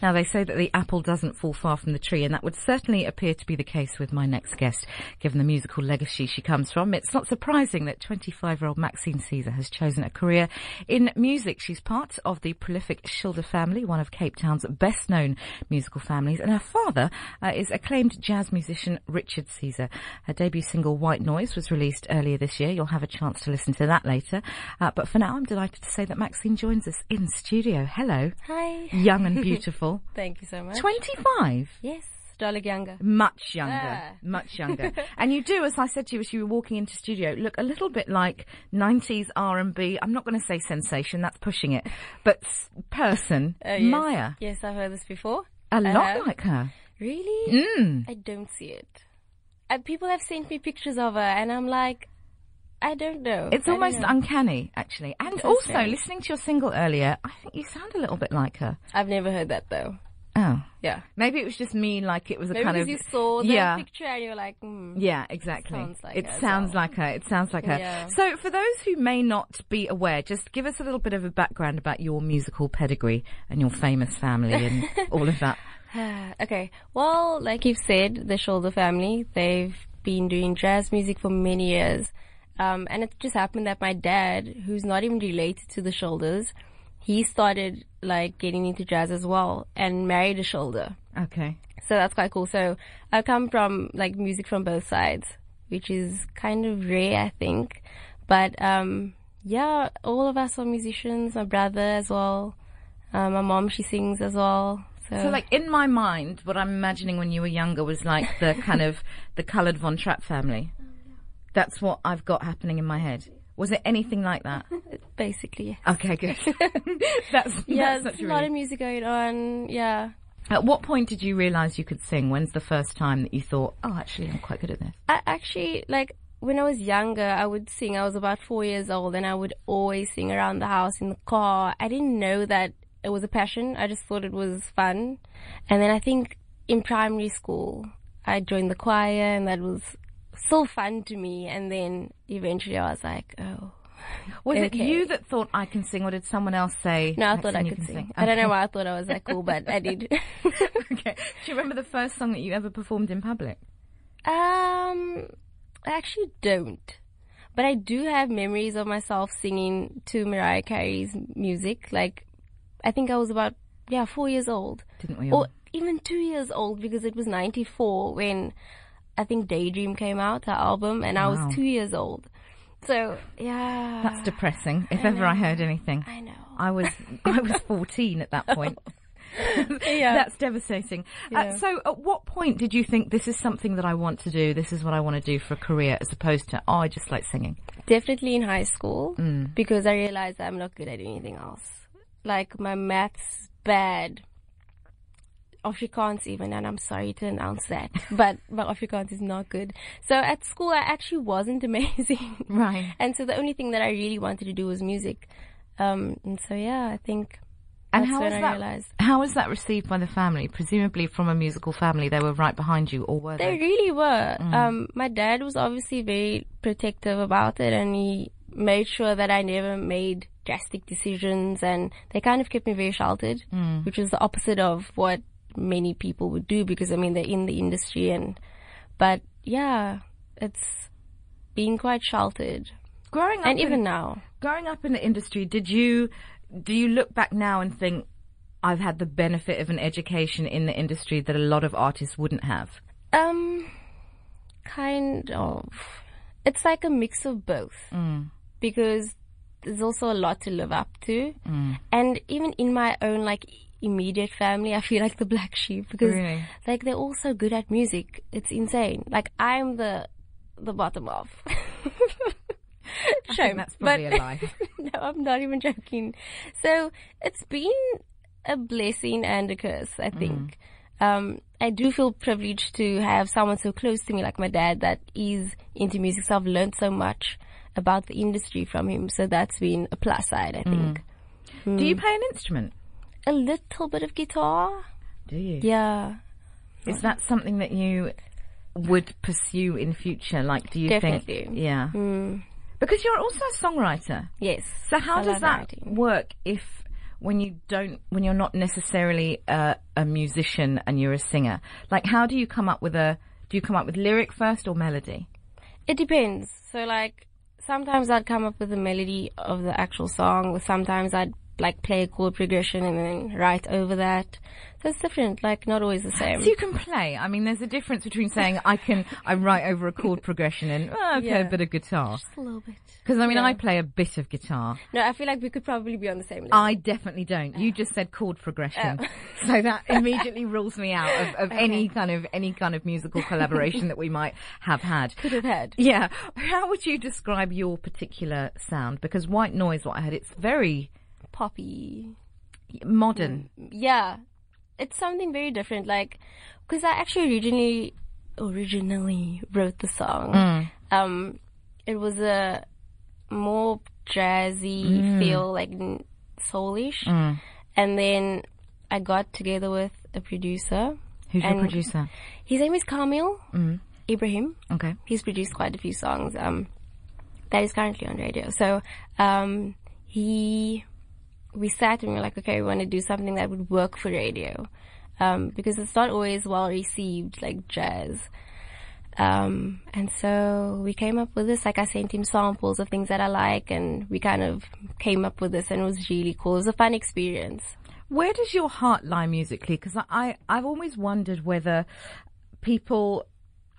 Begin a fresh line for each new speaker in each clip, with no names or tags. Now, they say that the apple doesn't fall far from the tree, and that would certainly appear to be the case with my next guest, given the musical legacy she comes from. It's not surprising that 25-year-old Maxine Caesar has chosen a career in music. She's part of the prolific Schilder family, one of Cape Town's best-known musical families, and her father uh, is acclaimed jazz musician Richard Caesar. Her debut single, White Noise, was released earlier this year. You'll have a chance to listen to that later. Uh, but for now, I'm delighted to say that Maxine joins us in studio. Hello.
Hi.
Young and beautiful.
Thank you so much.
25.
Yes, Dalek Younger.
Much younger,
Ah.
much younger, and you do, as I said to you as you were walking into studio, look a little bit like '90s R&B. I'm not going to say sensation; that's pushing it, but s- person
Oh, yes. Uh-huh.
Maya,
Yes, I've heard this before.
a
I
lot
have.
like her.
Really?
Mm.
I don't see it. Uh, people have sent me pictures of her, and I'm like, I don't know.
It's
I don't
almost
know.
uncanny, actually. And also, listening to your single earlier, I think you sound a little bit like her.
I've never heard that though.
Oh,
Yeah.
maybe it was just me. Like it was a
Maybe
kind
because
of
you saw the
yeah.
picture and you're like, hmm.
Yeah, exactly.
Sounds like
it
her as
sounds
well.
like her. It sounds like her.
Yeah.
So, for those who may not be aware, just give us a little bit of a background about your musical pedigree and your famous family and all of that.
okay. Well, like you've said, the Shoulder family, they've been doing jazz music for many years. Um, and it just happened that my dad, who's not even related to the Shoulders, he started like getting into jazz as well and married a Shoulder.
Okay.
So that's quite cool. So I come from like music from both sides, which is kind of rare, I think. But um, yeah, all of us are musicians. My brother as well. Uh, my mom, she sings as well. So,
So, like in my mind, what I'm imagining when you were younger was like the kind of the coloured Von Trapp family.
Oh,
That's what I've got happening in my head. Was it anything like that?
basically, yes.
Okay, good. that's
yeah,
that's
there's
such
a
a
lot
relief.
of music going on. Yeah.
At what point did you realise you could sing? When's the first time that you thought, "Oh, actually, I'm quite good at this"?
I actually like when I was younger, I would sing. I was about four years old, and I would always sing around the house in the car. I didn't know that it was a passion. I just thought it was fun. And then I think in primary school, I joined the choir, and that was still fun to me. And then eventually, I was like, oh.
Was it
Okay.
you that thought I can sing, or did someone else say?
No, I thought I
"Maxine, you
could
can
sing. I don't
Okay.
know why I thought I was that cool, but I did.
okay. Do you remember the first song that you ever performed in public?
Um, I actually don't. But I do have memories of myself singing to Mariah Carey's music. Like, I think I was about, yeah, four years old.
Didn't we all?
Or even two years old because it was 94 when I think Daydream came out, her album, and I
Wow.
was two years old. So, yeah.
That's depressing. If ever I heard anything,
I know.
I was I was fourteen at that point.
Yeah.
That's devastating. Uh,
Yeah.
so, at what point did you think this is something that I want to do? This is what I want to do for a career, as opposed to oh, I just like singing.
Definitely in high school because I realized I'm not good at anything else. Like my maths bad. Afrikaans even, and I'm sorry to announce that, but my Afrikaans is not good. So at school, I actually wasn't amazing.
Right.
And so the only thing that I really wanted to do was music. Um, and so yeah, I think
And
that's
how
when
was
I
that?
realized.
How was that received by the family? Presumably from a musical family, they were right behind you, or were
They
they?
really were. Um, my dad was obviously very protective about it, and he made sure that I never made drastic decisions, and they kind of kept me very sheltered, which is the opposite of what many people would do because I mean they're in the industry, and but yeah, it's being quite sheltered,
Growing up,
and
in-
even now,
growing up in the industry, did you do you look back now and think I've had the benefit of an education in the industry that a lot of artists wouldn't have?
Um, kind of. It's like a mix of both
Mm.
because there's also a lot to live up to,
Mm.
and even in my own like immediate family, I feel like the black sheep because
Really?
like they're all so good at music. It's insane. Like I'm the the bottom of. Shame,
that's probably
Um, but
a lie.
no, I'm not even joking. So it's been a blessing and a curse, I think.
Mm.
Um, I do feel privileged to have someone so close to me, like my dad, that is into music. So I've learned so much about the industry from him. So that's been a plus side,
Mm.
I think.
Do
Mm.
you play an instrument?
A little bit of guitar.
Do you?
Yeah.
Is that something that you would pursue in future? Like, do you think?
Definitely.
Yeah. Because you're also a songwriter.
Yes.
So how
I
does
love
that
writing.
work if when you don't, when you're not necessarily a, a musician and you're a singer? Like, how do you come up with a, do you come up with lyric first or melody?
It depends. So like sometimes I'd come up with the melody of the actual song, or sometimes I'd like play a chord progression and then write over that. So it's different. Like not always the same.
So you can play. I mean, there's a difference between saying I can, I write over a chord progression and oh, I play
Yeah.
a bit of guitar.
Just a little bit.
Because I mean, I play a bit of guitar.
No, I feel like we could probably be on the same level.
I definitely don't. You just said chord progression,
Oh.
so that immediately rules me out of, of any kind of any kind of musical collaboration that we might have had.
could have had.
Yeah. How would you describe your particular sound? Because white noise, what I heard, it's very
Poppy. Mm.
modern.
Yeah. It's something very different. Like, cause I actually originally, originally wrote the song.
Mm.
Um, it was a more jazzy
Mm.
feel, like n- soulish. And then I got together with a producer.
Who's your Mm.
And-
producer?
His name is Kamil Ibrahim.
Okay.
He's produced quite a few songs um, that is currently on radio. So um, he, we sat and we were like, okay, we want to do something that would work for radio um, because it's not always well received, like jazz. Um, and so we came up with this. Like I sent him samples of things that I like, and we kind of came up with this, and it was really cool. It was a fun experience.
Where does your heart lie musically? Because I, I, I've always wondered whether people,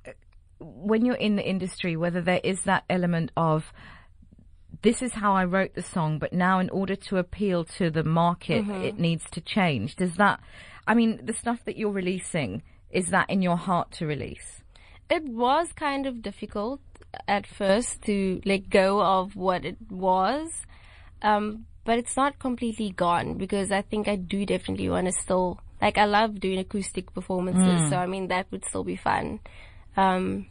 uh, when you're in the industry, whether there is that element of this is how I wrote the song, but now in order to appeal to the market, it needs to change. Does that, I mean, the stuff that you're releasing, is that in your heart to release?
it was kind of difficult at first to let go of what it was. Um, but it's not completely gone because I think I do definitely want to still, like, I love doing acoustic performances. So, I mean, that would still be fun. Um,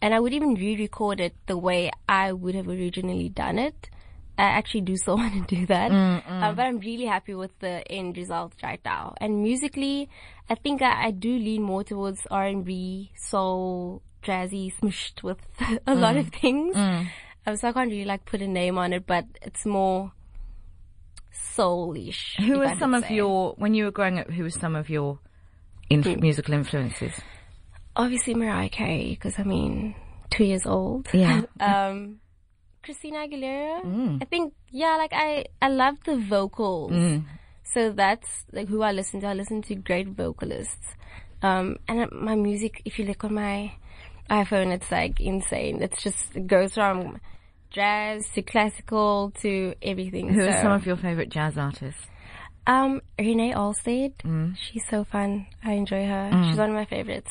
and I would even re-record it the way I would have originally done it. I actually do still want to do that,
Mm,
Uh, but I'm really happy with the end result right now. And musically, I think I, I do lean more towards R&B, soul, jazzy, smushed with a lot
Mm.
of things. Um, so I can't really like put a name on it, but it's more soulish. if
Who
I
are
could
some of
say.
your, when you were growing up, who were some of your inf- musical influences?
obviously Mariah Carey because I mean, two years old.
Yeah. Mm.
um, Christina Aguilera. I think yeah, like I I love the vocals.
Mm.
So that's like who I listen to. I listen to great vocalists. Um, and uh, my music, if you look on my iPhone, it's like insane. It's just it goes from jazz to classical to everything.
Who are
So,
some of your favorite jazz artists?
um, Renee Alstead.
Mm.
She's so fun. I enjoy her. She's one of my favorites.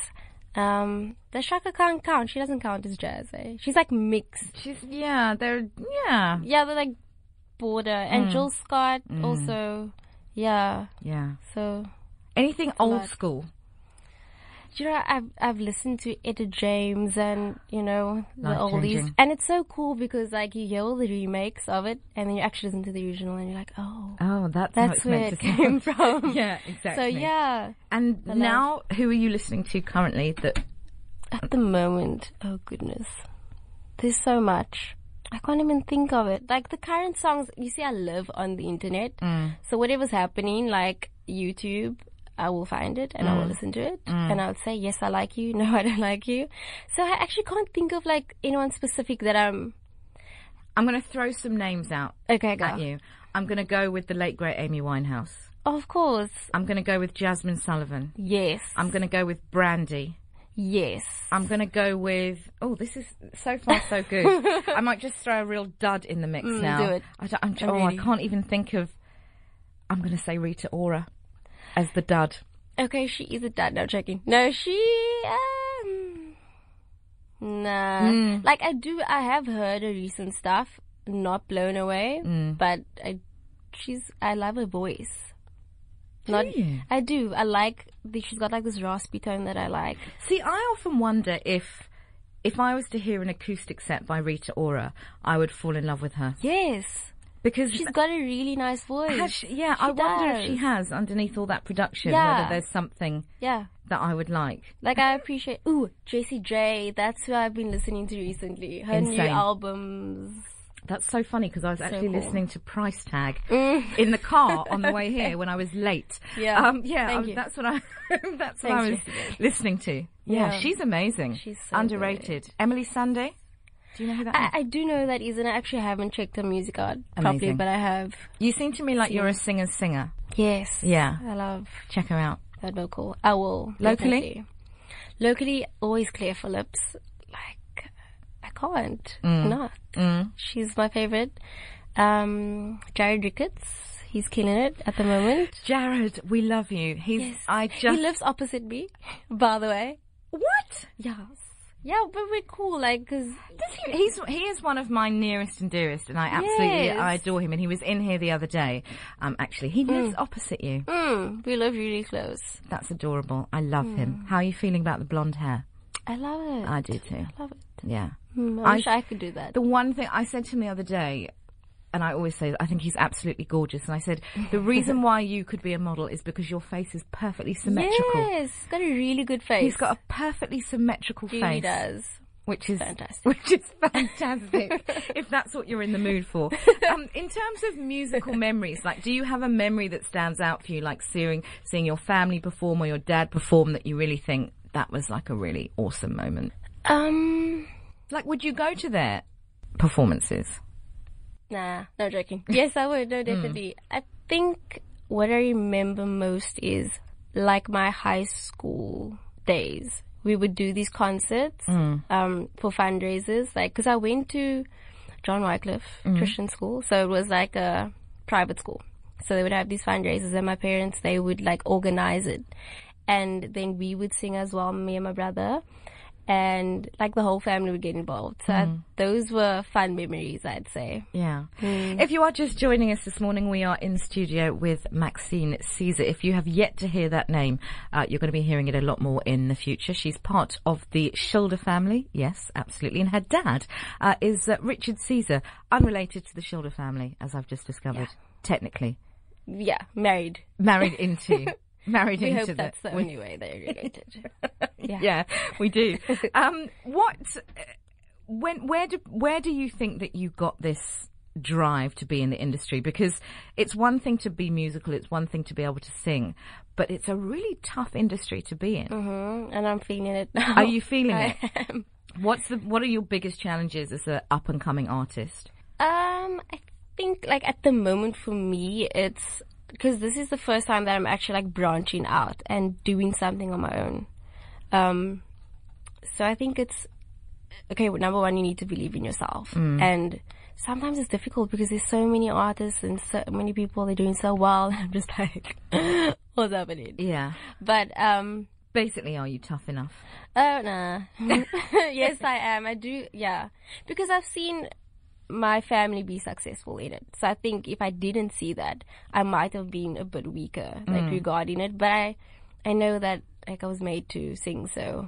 Um, the Shaka can't count. She doesn't count as jazz. Eh? She's like mixed.
She's, yeah, they're, yeah,
Yeah, they're like border.
Mm.
And Jill Scott also. Yeah.
yeah.
So,
Anything old
lot.
school.
do you know, I've, I've listened to Etta James and, you know, the oldies.
Life-changing.
And it's so cool because like you hear all the remakes of it and then you actually listen to the original and you're like, oh,
Oh, that's, how
that's
it's
where
meant
it
to sound.
came from.
Yeah,
So
exactly.
yeah,
And now, who are you listening to currently? That
At the moment, oh goodness, there's so much. I can't even think of it. Like the current songs, you see, I live on the internet. So whatever's happening, like YouTube, I will find it and I will listen to it. And I'll say, yes, I like you. No, I don't like you. So I actually can't think of like anyone specific that I'm,
I'm going to throw some names out
okay, go.
at you. I'm going to go with the late great Amy Winehouse.
Of course.
I'm going to go with Jasmine Sullivan.
Yes.
I'm going to go with Brandy.
yes.
I'm going to go with. Oh, this is so far so good. I might just throw a real dud in the mix now.
do it.
I don't, I'm, oh, I
really-
can't even think of. I'm going to say Rita Ora as the dud.
Okay, she is a dad. No, checking. No, she. Um, nah. Like I do, I have heard her recent stuff. Not blown away, but I, she's. I love her voice. Not.
you?
I do. I like. The, she's got like this raspy tone that I like.
See, I often wonder if if I was to hear an acoustic set by Rita Ora, I would fall in love with her
Yes,
because
she's got a really nice voice.
has she- yeah, I wonder if she
does.
has underneath all that production
Yeah.
whether there's something
yeah.
that I would like.
Like I appreciate. Ooh, JC J. That's who I've been listening to recently. Her new
Insane.
albums.
That's so funny because I was actually listening to Price Tag in the car on the way here when I was late.
Mm. Yeah.
um, yeah.
Thank
um,
you.
That's what I. that's what
Thanks,
I was listening to. Yeah,
Yeah.
she's amazing.
She's so Uh,
underrated. Emily Sunday. Do you know who that is?
I, I do know that Izan. I actually haven't checked her music out properly,
Amazing.
but I have.
You seem to me like you're a singer singer.
Yes.
Yeah.
I love
Check her out.
that vocal. I will.
Locally?
definitely. Locally, always Claire Phillips. Like, I can't
Mm.
not. She's my favorite. Um, Jared Ricketts. He's killing it at the moment.
Jared, we love you. He's, I just,
He lives opposite me, by the way.
what?
Yes. Yeah, but we're cool, like, cause
Does he, he's, he is one of my nearest and dearest and I absolutely,
Yes.
I adore him and he was in here the other day. Um, actually, he lives opposite you.
mm, we live really close.
That's adorable. I love
Mm.
him. How are you feeling about the blonde hair?
I love it.
I do too.
I love it.
Yeah.
Mm, I,
I-
wish I could do that.
The one thing I said to him the other day, and I always say, I think he's absolutely gorgeous. And I said, the reason why you could be a model is because your face is perfectly symmetrical.
Yes, he's got a really good face.
He's got a perfectly symmetrical
He really
face.
does.
which is
Fantastic.
which is fantastic if that's what you're in the mood for. Um, in terms of musical memories, like, do you have a memory that stands out for you, like seeing seeing your family perform or your dad perform that you really think that was like a really awesome moment?
Um,
Like, would you go to their performances?
nah, no joking. Hmm. Yes, I would. No, definitely. I think what I remember most is like my high school days. We would do these concerts um, for fundraisers, like because I went to John Wycliffe Christian School, so it was like a private school. So they would have these fundraisers, and my parents they would like organize it, and then we would sing as well, me and my brother, and like the whole family would get involved. So I- those were fun memories, I'd say.
Yeah.
Hmm.
If you are just joining us this morning, we are in studio with Maxine Caesar. If you have yet to hear that name, uh, you're going to be hearing it a lot more in the future. She's part of the Shoulder family. Yes, absolutely. And her dad uh, is uh, Richard Caesar, unrelated to the Shoulder family, as I've just discovered, technically.
Yeah, married.
Married into. Married
We
into
hope
the-
that's the
we-
only way they're related. yeah.
yeah, we do. um, what? uh, When? Where do? Where do you think that you got this drive to be in the industry? Because it's one thing to be musical, it's one thing to be able to sing, but it's a really tough industry to be in.
Mhm, And I'm feeling it now.
Are you feeling
I
it? What's the? What are your biggest challenges as an up and coming artist?
Um, I think like at the moment for me, it's because this is the first time that I'm actually like branching out and doing something on my own. Um, so I think it's okay. Well, number one, you need to believe in yourself,
Mm.
and sometimes it's difficult because there's so many artists and so many people they're doing so well. And I'm just like, what's happening?
Yeah.
But um,
Basically, are you tough enough?
Oh no. yes, I am. I do. Yeah, because I've seen my family be successful in it. So I think if I didn't see that, I might have been a bit weaker, like regarding it. But I, I know that like I was made to sing, so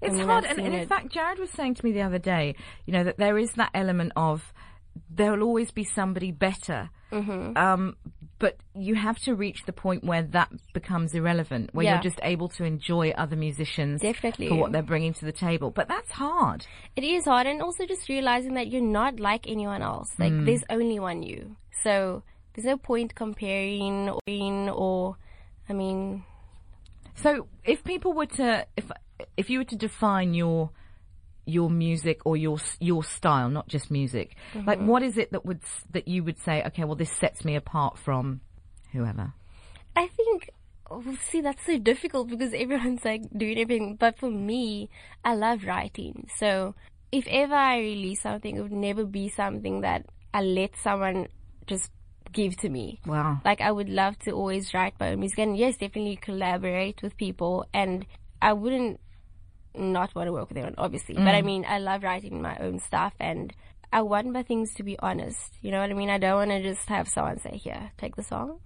It's
mean,
hard,
I've
and,
seen
and in
it.
fact, Jared was saying to me the other day, you know, that there is that element of there will always be somebody better,
Mm-hmm.
um, but you have to reach the point where that becomes irrelevant, where
Yeah.
you're just able to enjoy other musicians
Definitely.
for what they're bringing to the table. But that's hard.
it is hard. And also just realizing that you're not like anyone else. Like there's only one you. So there's no point comparing or, or I mean,
So, if people were to, if if you were to define your your music or your s- your style, not just music,
Mm-hmm.
like what is it that would s- that you would say, okay, well, this sets me apart from whoever.
I think. oh, See, that's so difficult because everyone's like doing everything. But for me, I love writing. So if ever I release something, it would never be something that I let someone just give to me.
Wow.
Like I would love to always write my own music, and yes, definitely collaborate with people. And I wouldn't not want to work with anyone, obviously. But I mean, I love writing my own stuff, and I want my things to be honest. You know what I mean? I don't want to just have someone say, "Here, take the song,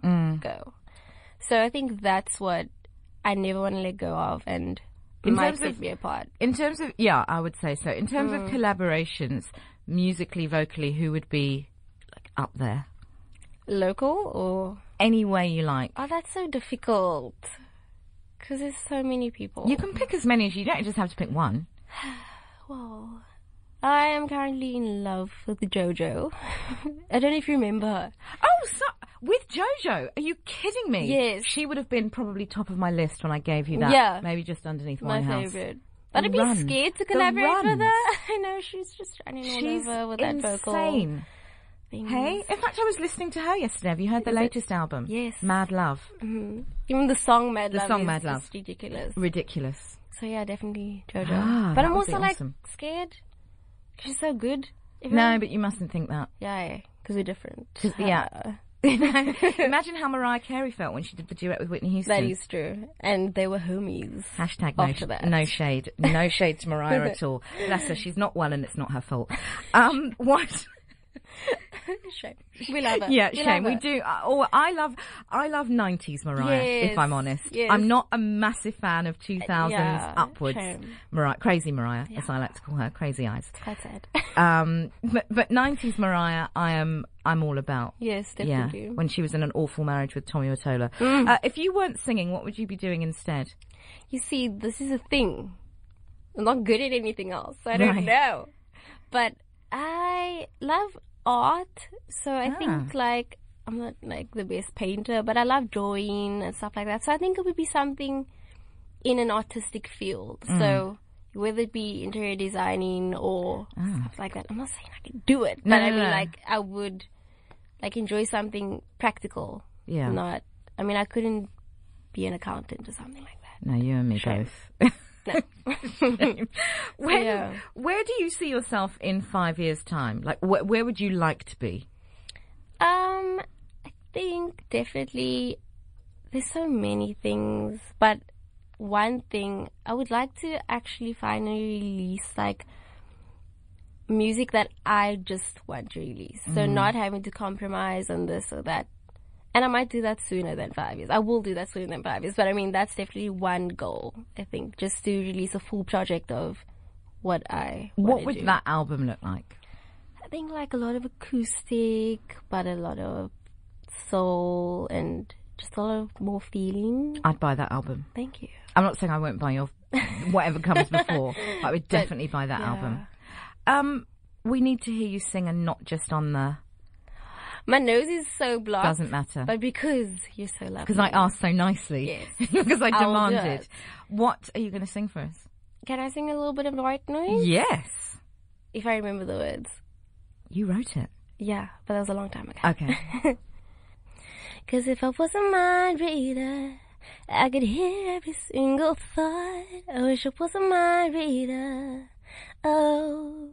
go." So I think that's what I never want to let go of, and it
In
might
terms of-
set me apart.
In terms of, yeah, I would say so. In terms of
Hmm.
collaborations, musically, vocally, who would be like up there?
Local or
Any way you like.
oh, that's so difficult because there's so many people.
You can pick as many as you don't. You just have to pick one.
Well, I am currently in love with JoJo. I don't know if you remember her.
Oh, so, with JoJo? Are you kidding me?
Yes.
She would have been probably top of my list when I gave you that.
Yeah.
Maybe just underneath
My
Winehouse.
favorite. But I'd be
run.
scared
The
to collaborate
run.
with her. I know she's just running
She's
all over with that vocal.
insane.
thing.
Hey, in fact, I was listening to her yesterday. Have you heard the
Is it-
latest album?
Yes.
Mad Love.
Even the song Mad
The
Love
song
is
Mad Love.
just ridiculous.
Ridiculous.
So yeah, definitely JoJo.
Ah,
but
that
I'm
would be
also like
awesome.
scared. 'Cause She's so good.
No, but you mustn't think that.
Yeah, because we're different.
'Cause- yeah.
Uh,
Imagine how Mariah Carey felt when she did the duet with Whitney Houston.
that is true. And they were homies.
Hashtag no,
After that.
no shade. No shade to Mariah at all. Bless her, she's not well and it's not her fault. Um, what?
shame. We love her.
Yeah,
we
shame.
love
We
her.
do. I- Oh, I love, I love 90s Mariah, if
Yes,
I'm honest.
yes. Uh,
I'm not a massive fan of 2000s
Yeah,
upwards.
shame.
Mariah, crazy Mariah, as I like to call her, crazy eyes.
Quite sad.
Um, but, but 90s Mariah, I am, I'm all about.
yes,
Yeah,
definitely.
when she was in an awful marriage with Tommy Otola.
Mm.
Uh, if you weren't singing, what would you be doing instead?
You see, this is a thing. I'm not good at anything else. so I don't
Right.
know. But I love art. So I
Ah.
think like I'm not like the best painter, but I love drawing and stuff like that. So I think it would be something in an artistic field.
Mm.
So whether it be interior designing or stuff like that. I'm not saying I can do it,
Ah. No,
but I
no,
mean
no.
like I would like enjoy something practical.
Yeah.
Not I mean I couldn't be an accountant or something like that.
No, you and me both. Shame. When,
Yeah.
Where do you see yourself in five years' time? Like, wh- where would you like to be?
Um, I think definitely there's so many things, but one thing I would like to actually finally release like music that I just want to release. So
Mm-hmm.
not having to compromise on this or that. And I might do that sooner than five years. I will do that sooner than five years. But I mean, that's definitely one goal, I think, just to release a full project of what I
What
wanna
would
do.
that album look like?
I think like a lot of acoustic, but a lot of soul and just a lot of more feeling.
I'd buy that album.
Thank you.
I'm not saying I won't buy your whatever comes before. I would definitely buy that album. Um, we need to hear you sing and not just on the
My nose is so blocked,
doesn't matter
but because you're so lovely,
because I asked so nicely
Yes.
because I
I will do
demanded.
it.
What are you going to sing for us?
can I sing a little bit of white noise
Yes,
if I remember the words?
you wrote it.
Yeah, but that was a long time ago.
Okay.
Cause if I was a mind reader, I could hear every single thought. I wish I was a mind reader. Oh,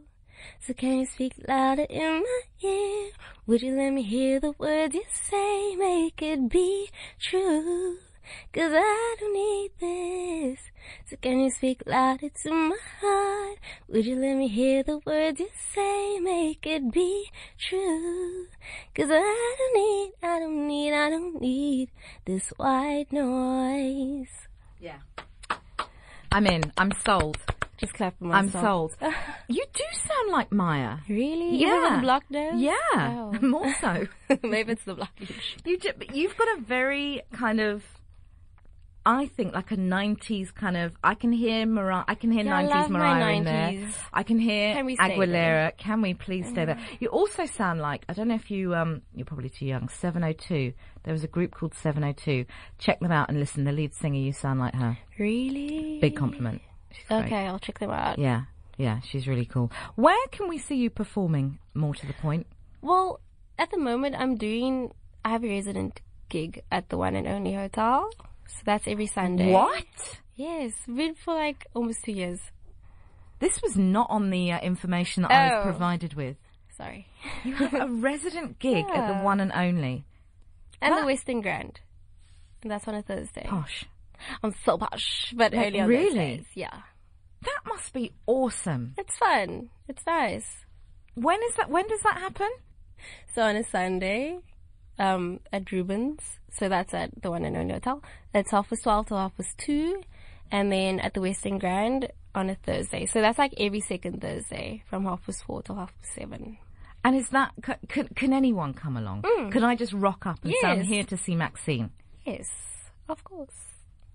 so can you speak louder in my ear? Would you let me hear the words you say? Make it be true. Cause I don't need this. So can you speak louder to my heart? Would you let me hear the words you say? Make it be true. Cause I don't need, I don't need, I don't need this white noise.
yeah. I'm in. I'm sold.
Just clap for
I'm
myself.
sold. you do sound like Maya.
Really?
Yeah.
Even with the block nose?
Yeah,
Oh.
more so.
Maybe it's the block nose.
you do, but you've got a very kind of, I think, like a '90s kind of. I can hear Mariah. I can hear
Yeah, I
'90s
love my
Mariah in
90s.
there. I can hear
Can we stay
Aguilera. Can we please stay there? You also sound like I don't know if you um you're probably too young. 702. There was a group called 702. Check them out and listen. The lead singer, you sound like her.
Really?
Big compliment. She's great.
Okay, I'll check them out.
Yeah. Yeah, she's really cool. Where can we see you performing? More to the point.
Well, at the moment, I'm doing. I have a resident gig at the one and only hotel, so that's every Sunday.
What?
Yes, been for like almost two years.
This was not on the uh, information that I was
Oh.
provided with.
Sorry,
You have a resident gig at the one and only.
and the Western Grand, and that's on a Thursday.
Posh.
I'm so posh, but
Like,
only on
really?
Thursdays. Yeah,
That must be awesome.
it's fun. It's nice.
When is that? When does that happen?
So on a Sunday, um, at Rubens. So that's at the one and only hotel. That's half past twelve to half past two, and then at the Western Grand on a Thursday. So that's like every second Thursday from half past four to half past seven.
And is that c- can, can anyone come along? Can I just rock up and say I'm
Mm. Yes.
here to see Maxine?
Yes, of course.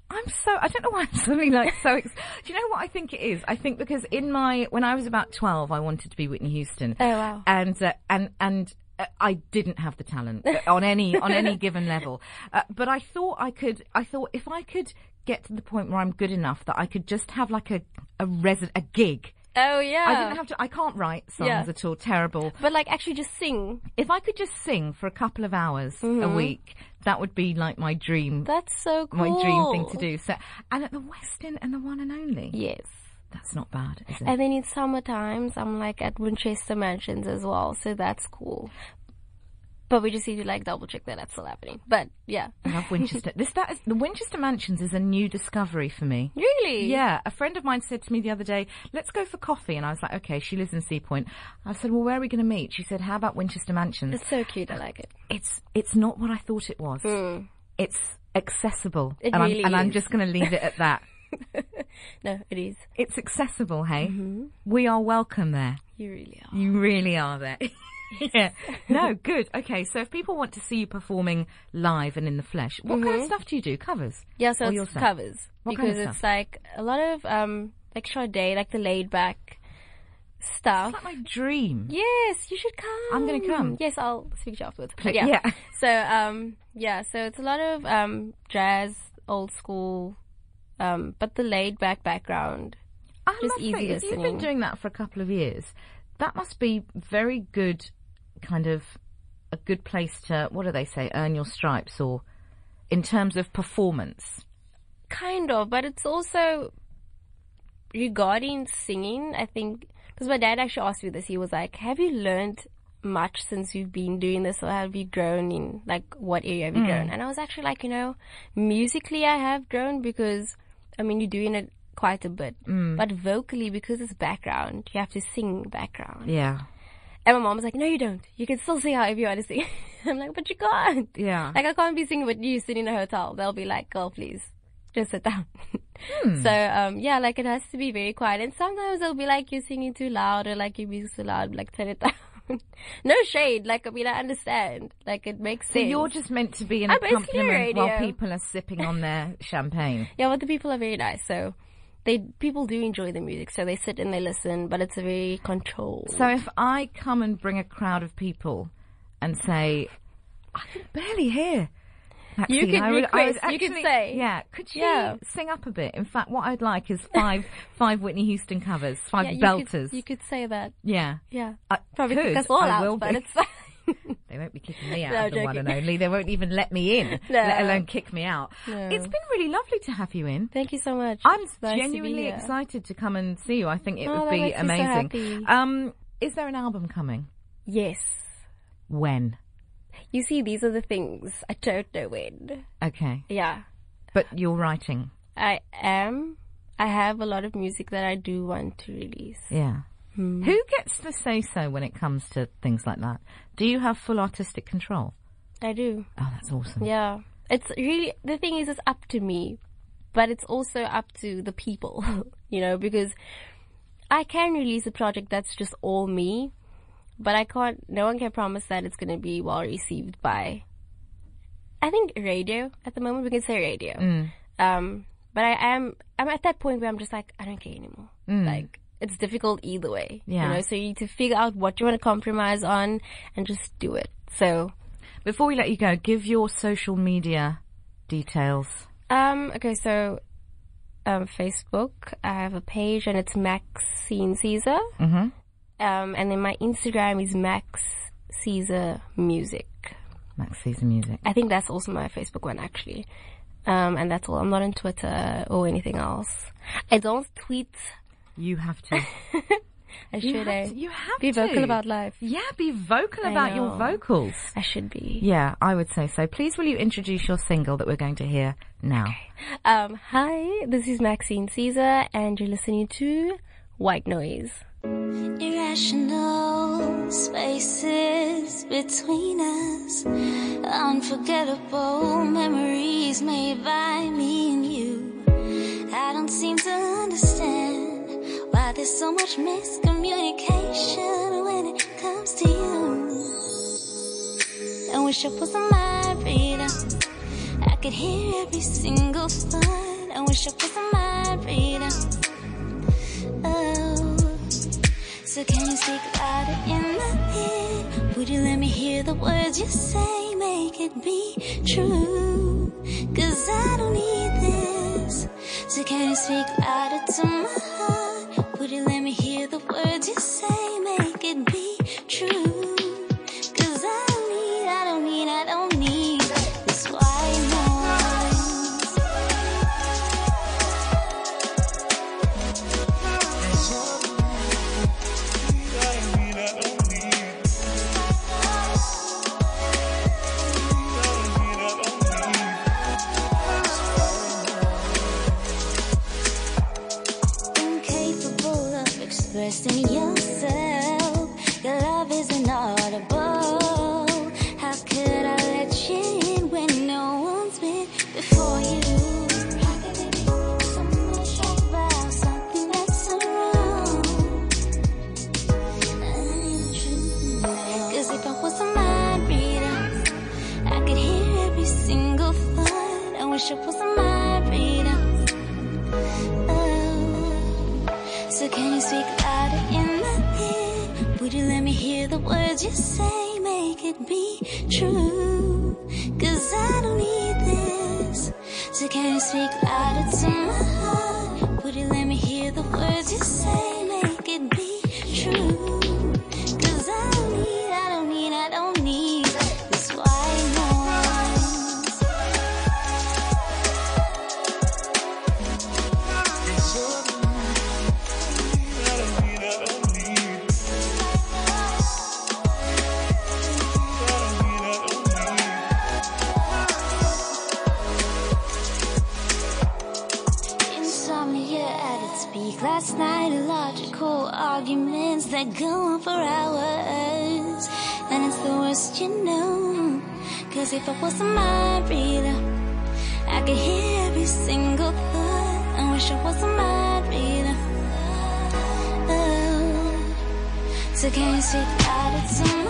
I'm so, I don't know why I'm suddenly like so, ex- do you know what I think it is? I think because in my, when I was about 12, I wanted to be Whitney Houston.
Oh, wow.
And, uh, and, and, uh, I didn't have the talent on any, on any given level. Uh, but I thought I could, I thought if I could get to the point where I'm good enough that I could just have like a, a resident, a gig.
Oh yeah.
I didn't have to, I can't write songs
Yeah.
at all, terrible.
but like actually just sing.
If I could just sing for a couple of hours
Mm-hmm.
a week, that would be like my dream
That's so cool.
my dream thing
Oh.
to do. So, and at the Westin and the one and only.
Yes.
That's not bad, is it?
And then in summer times, I'm like at Winchester Mansions as well, so that's cool. But we just need to like double check that that's still happening. But yeah,
I love Winchester. this that is the Winchester Mansions is a new discovery for me.
really,
Yeah, a friend of mine said to me the other day, "Let's go for coffee," and I was like, "Okay." She lives in Sea Point. I said, "Well, where are we going to meet?" She said, "How about Winchester Mansions?"
it's so cute. I like it.
It's it's not what I thought it was. It's accessible,
Hmm. It
and,
really
I'm, and I'm
is.
just going to leave it at that.
No, it is.
It's accessible, hey.
Mm-hmm.
We are welcome there.
You really are.
You really are there. yeah. No, good. Okay, so if people want to see you performing live and in the flesh, what kind of stuff do you do? Covers?
Mm-hmm. Yeah, so
Or
it's
your stuff?
covers
What kind of
because it's like a lot of um like Sade, like the laid back stuff.
That's my dream.
Yes, you should come.
I'm gonna come.
Yes, I'll speak to you afterwards.
Pl-
But yeah.
yeah.
So um yeah, so it's a lot of um jazz, old school, um, but the laid back background.
I
Just
must say,
easy
if you've been
listening.
doing that for a couple of years, that must be very good, kind of a good place to, what do they say, earn your stripes or in terms of performance.
Kind of, but it's also regarding singing, I think because my dad actually asked me this, he was like, Have you learned much since you've been doing this or have you grown in like what area have you grown? And I was actually like, you know, musically I have grown because I mean you're doing it quite a bit. But vocally because it's background, you have to sing background.
Yeah.
And my mom was like, No you don't. You can still sing however you want to sing I'm like, But you can't.
Yeah.
Like I can't be singing with you sitting in a hotel. They'll be like, girl, please, just sit down.
Hmm.
So um, yeah, like it has to be very quiet. And sometimes they'll be like, you're singing too loud, or like your music's too loud. Like turn it down. no shade. Like I mean, I understand. Like it makes
so
sense.
you're just meant to be an
I'm basically
accompaniment while
radio.
people are sipping on their champagne.
yeah, but the people are very nice. So they people do enjoy the music. So they sit and they listen, but it's a very controlled.
So if I come and bring a crowd of people and say, I can barely hear.
You
Maxine,
could
I would- I would
request, you could
actually-
say.
Yeah, could you
Yeah.
sing up a bit? In fact, what I'd like is five, five Whitney Houston covers, five
yeah, you
belters.
Could, you could say that.
yeah.
Yeah.
I
Probably
could,
kick us all
I
out,
will
but
be.
it's fine.
They won't be kicking me out
No,
of the one and
joking.
only. They won't even let me in,
No.
let alone kick me out. It's been really lovely to have you in.
Thank you so much.
I'm
It's nice to be
genuinely
here.
excited to come and see you. I think it
Oh,
would
that
be
makes me so
amazing.
happy.
Um, is there an album coming?
Yes.
When?
You see, these are the things I don't know when.
Okay.
Yeah,
But you're writing.
I am. I have a lot of music that I do want to release.
Yeah. Who gets the say so when it comes to things like that? Do you have full artistic control?
I do.
Oh, that's awesome.
Yeah. It's really, the thing is, it's up to me, but it's also up to the people, you know, because I can release a project that's just all me, but I can't, no one can promise that it's going to be well received by, I think radio at the moment, we can say radio. Um, but I am, I'm at that point where I'm just like, I don't care anymore. Like, it's difficult either way.
Yeah.
You know, so you need to figure out what you want to compromise on and just do it. So,
Before we let you go, give your social media details.
Um, okay, so um, Facebook, I have a page and it's Maxine Caesar. Mm-hmm. Um, and then my Instagram is Max Caesar Music.
Max Caesar Music.
I think that's also my Facebook one, actually. Um, and that's all. I'm not on Twitter or anything else. I don't tweet.
You have to.
I
you,
should
have
I
to you have
be vocal
to.
about life.
Yeah, be vocal
I
about your
know.
vocals.
I should be.
Yeah, I would say so. Please will you introduce your single that we're going to hear now?
Um, hi, this is Maxine Caesar, and you're listening to White Noise.
Irrational spaces between us, unforgettable memories made by me and you. I don't seem to understand why there's so much miscommunication when it comes to you. I wish I was a mind reader, I could hear every single thought. I wish I was a mind reader. Oh, so can you speak louder in the ear? Would you let me hear the words you say? Make it be true. Cause I don't need this. So can you speak louder to my heart? Would you let me hear the words you say? Make it be true. Cause I don't need, I don't need, I don't need this white noise. incapable of expressing yourself. Your love is inaudible. How could I let you in when no one's been before you? How could it be so much about something that's so wrong? Cause if I was a mind reader, I could hear every single thought. I wish I was a mind reader. Oh, so can you speak louder in the ear? Would you let me hear the words you say? Make it be true. Cause I don't need this. So can you speak louder to my heart? Would you let me hear the words you say? Make it be true. Cause I don't need, I don't need, I don't need this white noise. Insomnia at its peak. Last night, illogical arguments that go on for hours. And it's the worst you know. Cause if I was a mind reader, I could hear every single thought. I wish I was a mind reader. Oh. So can you speak out of some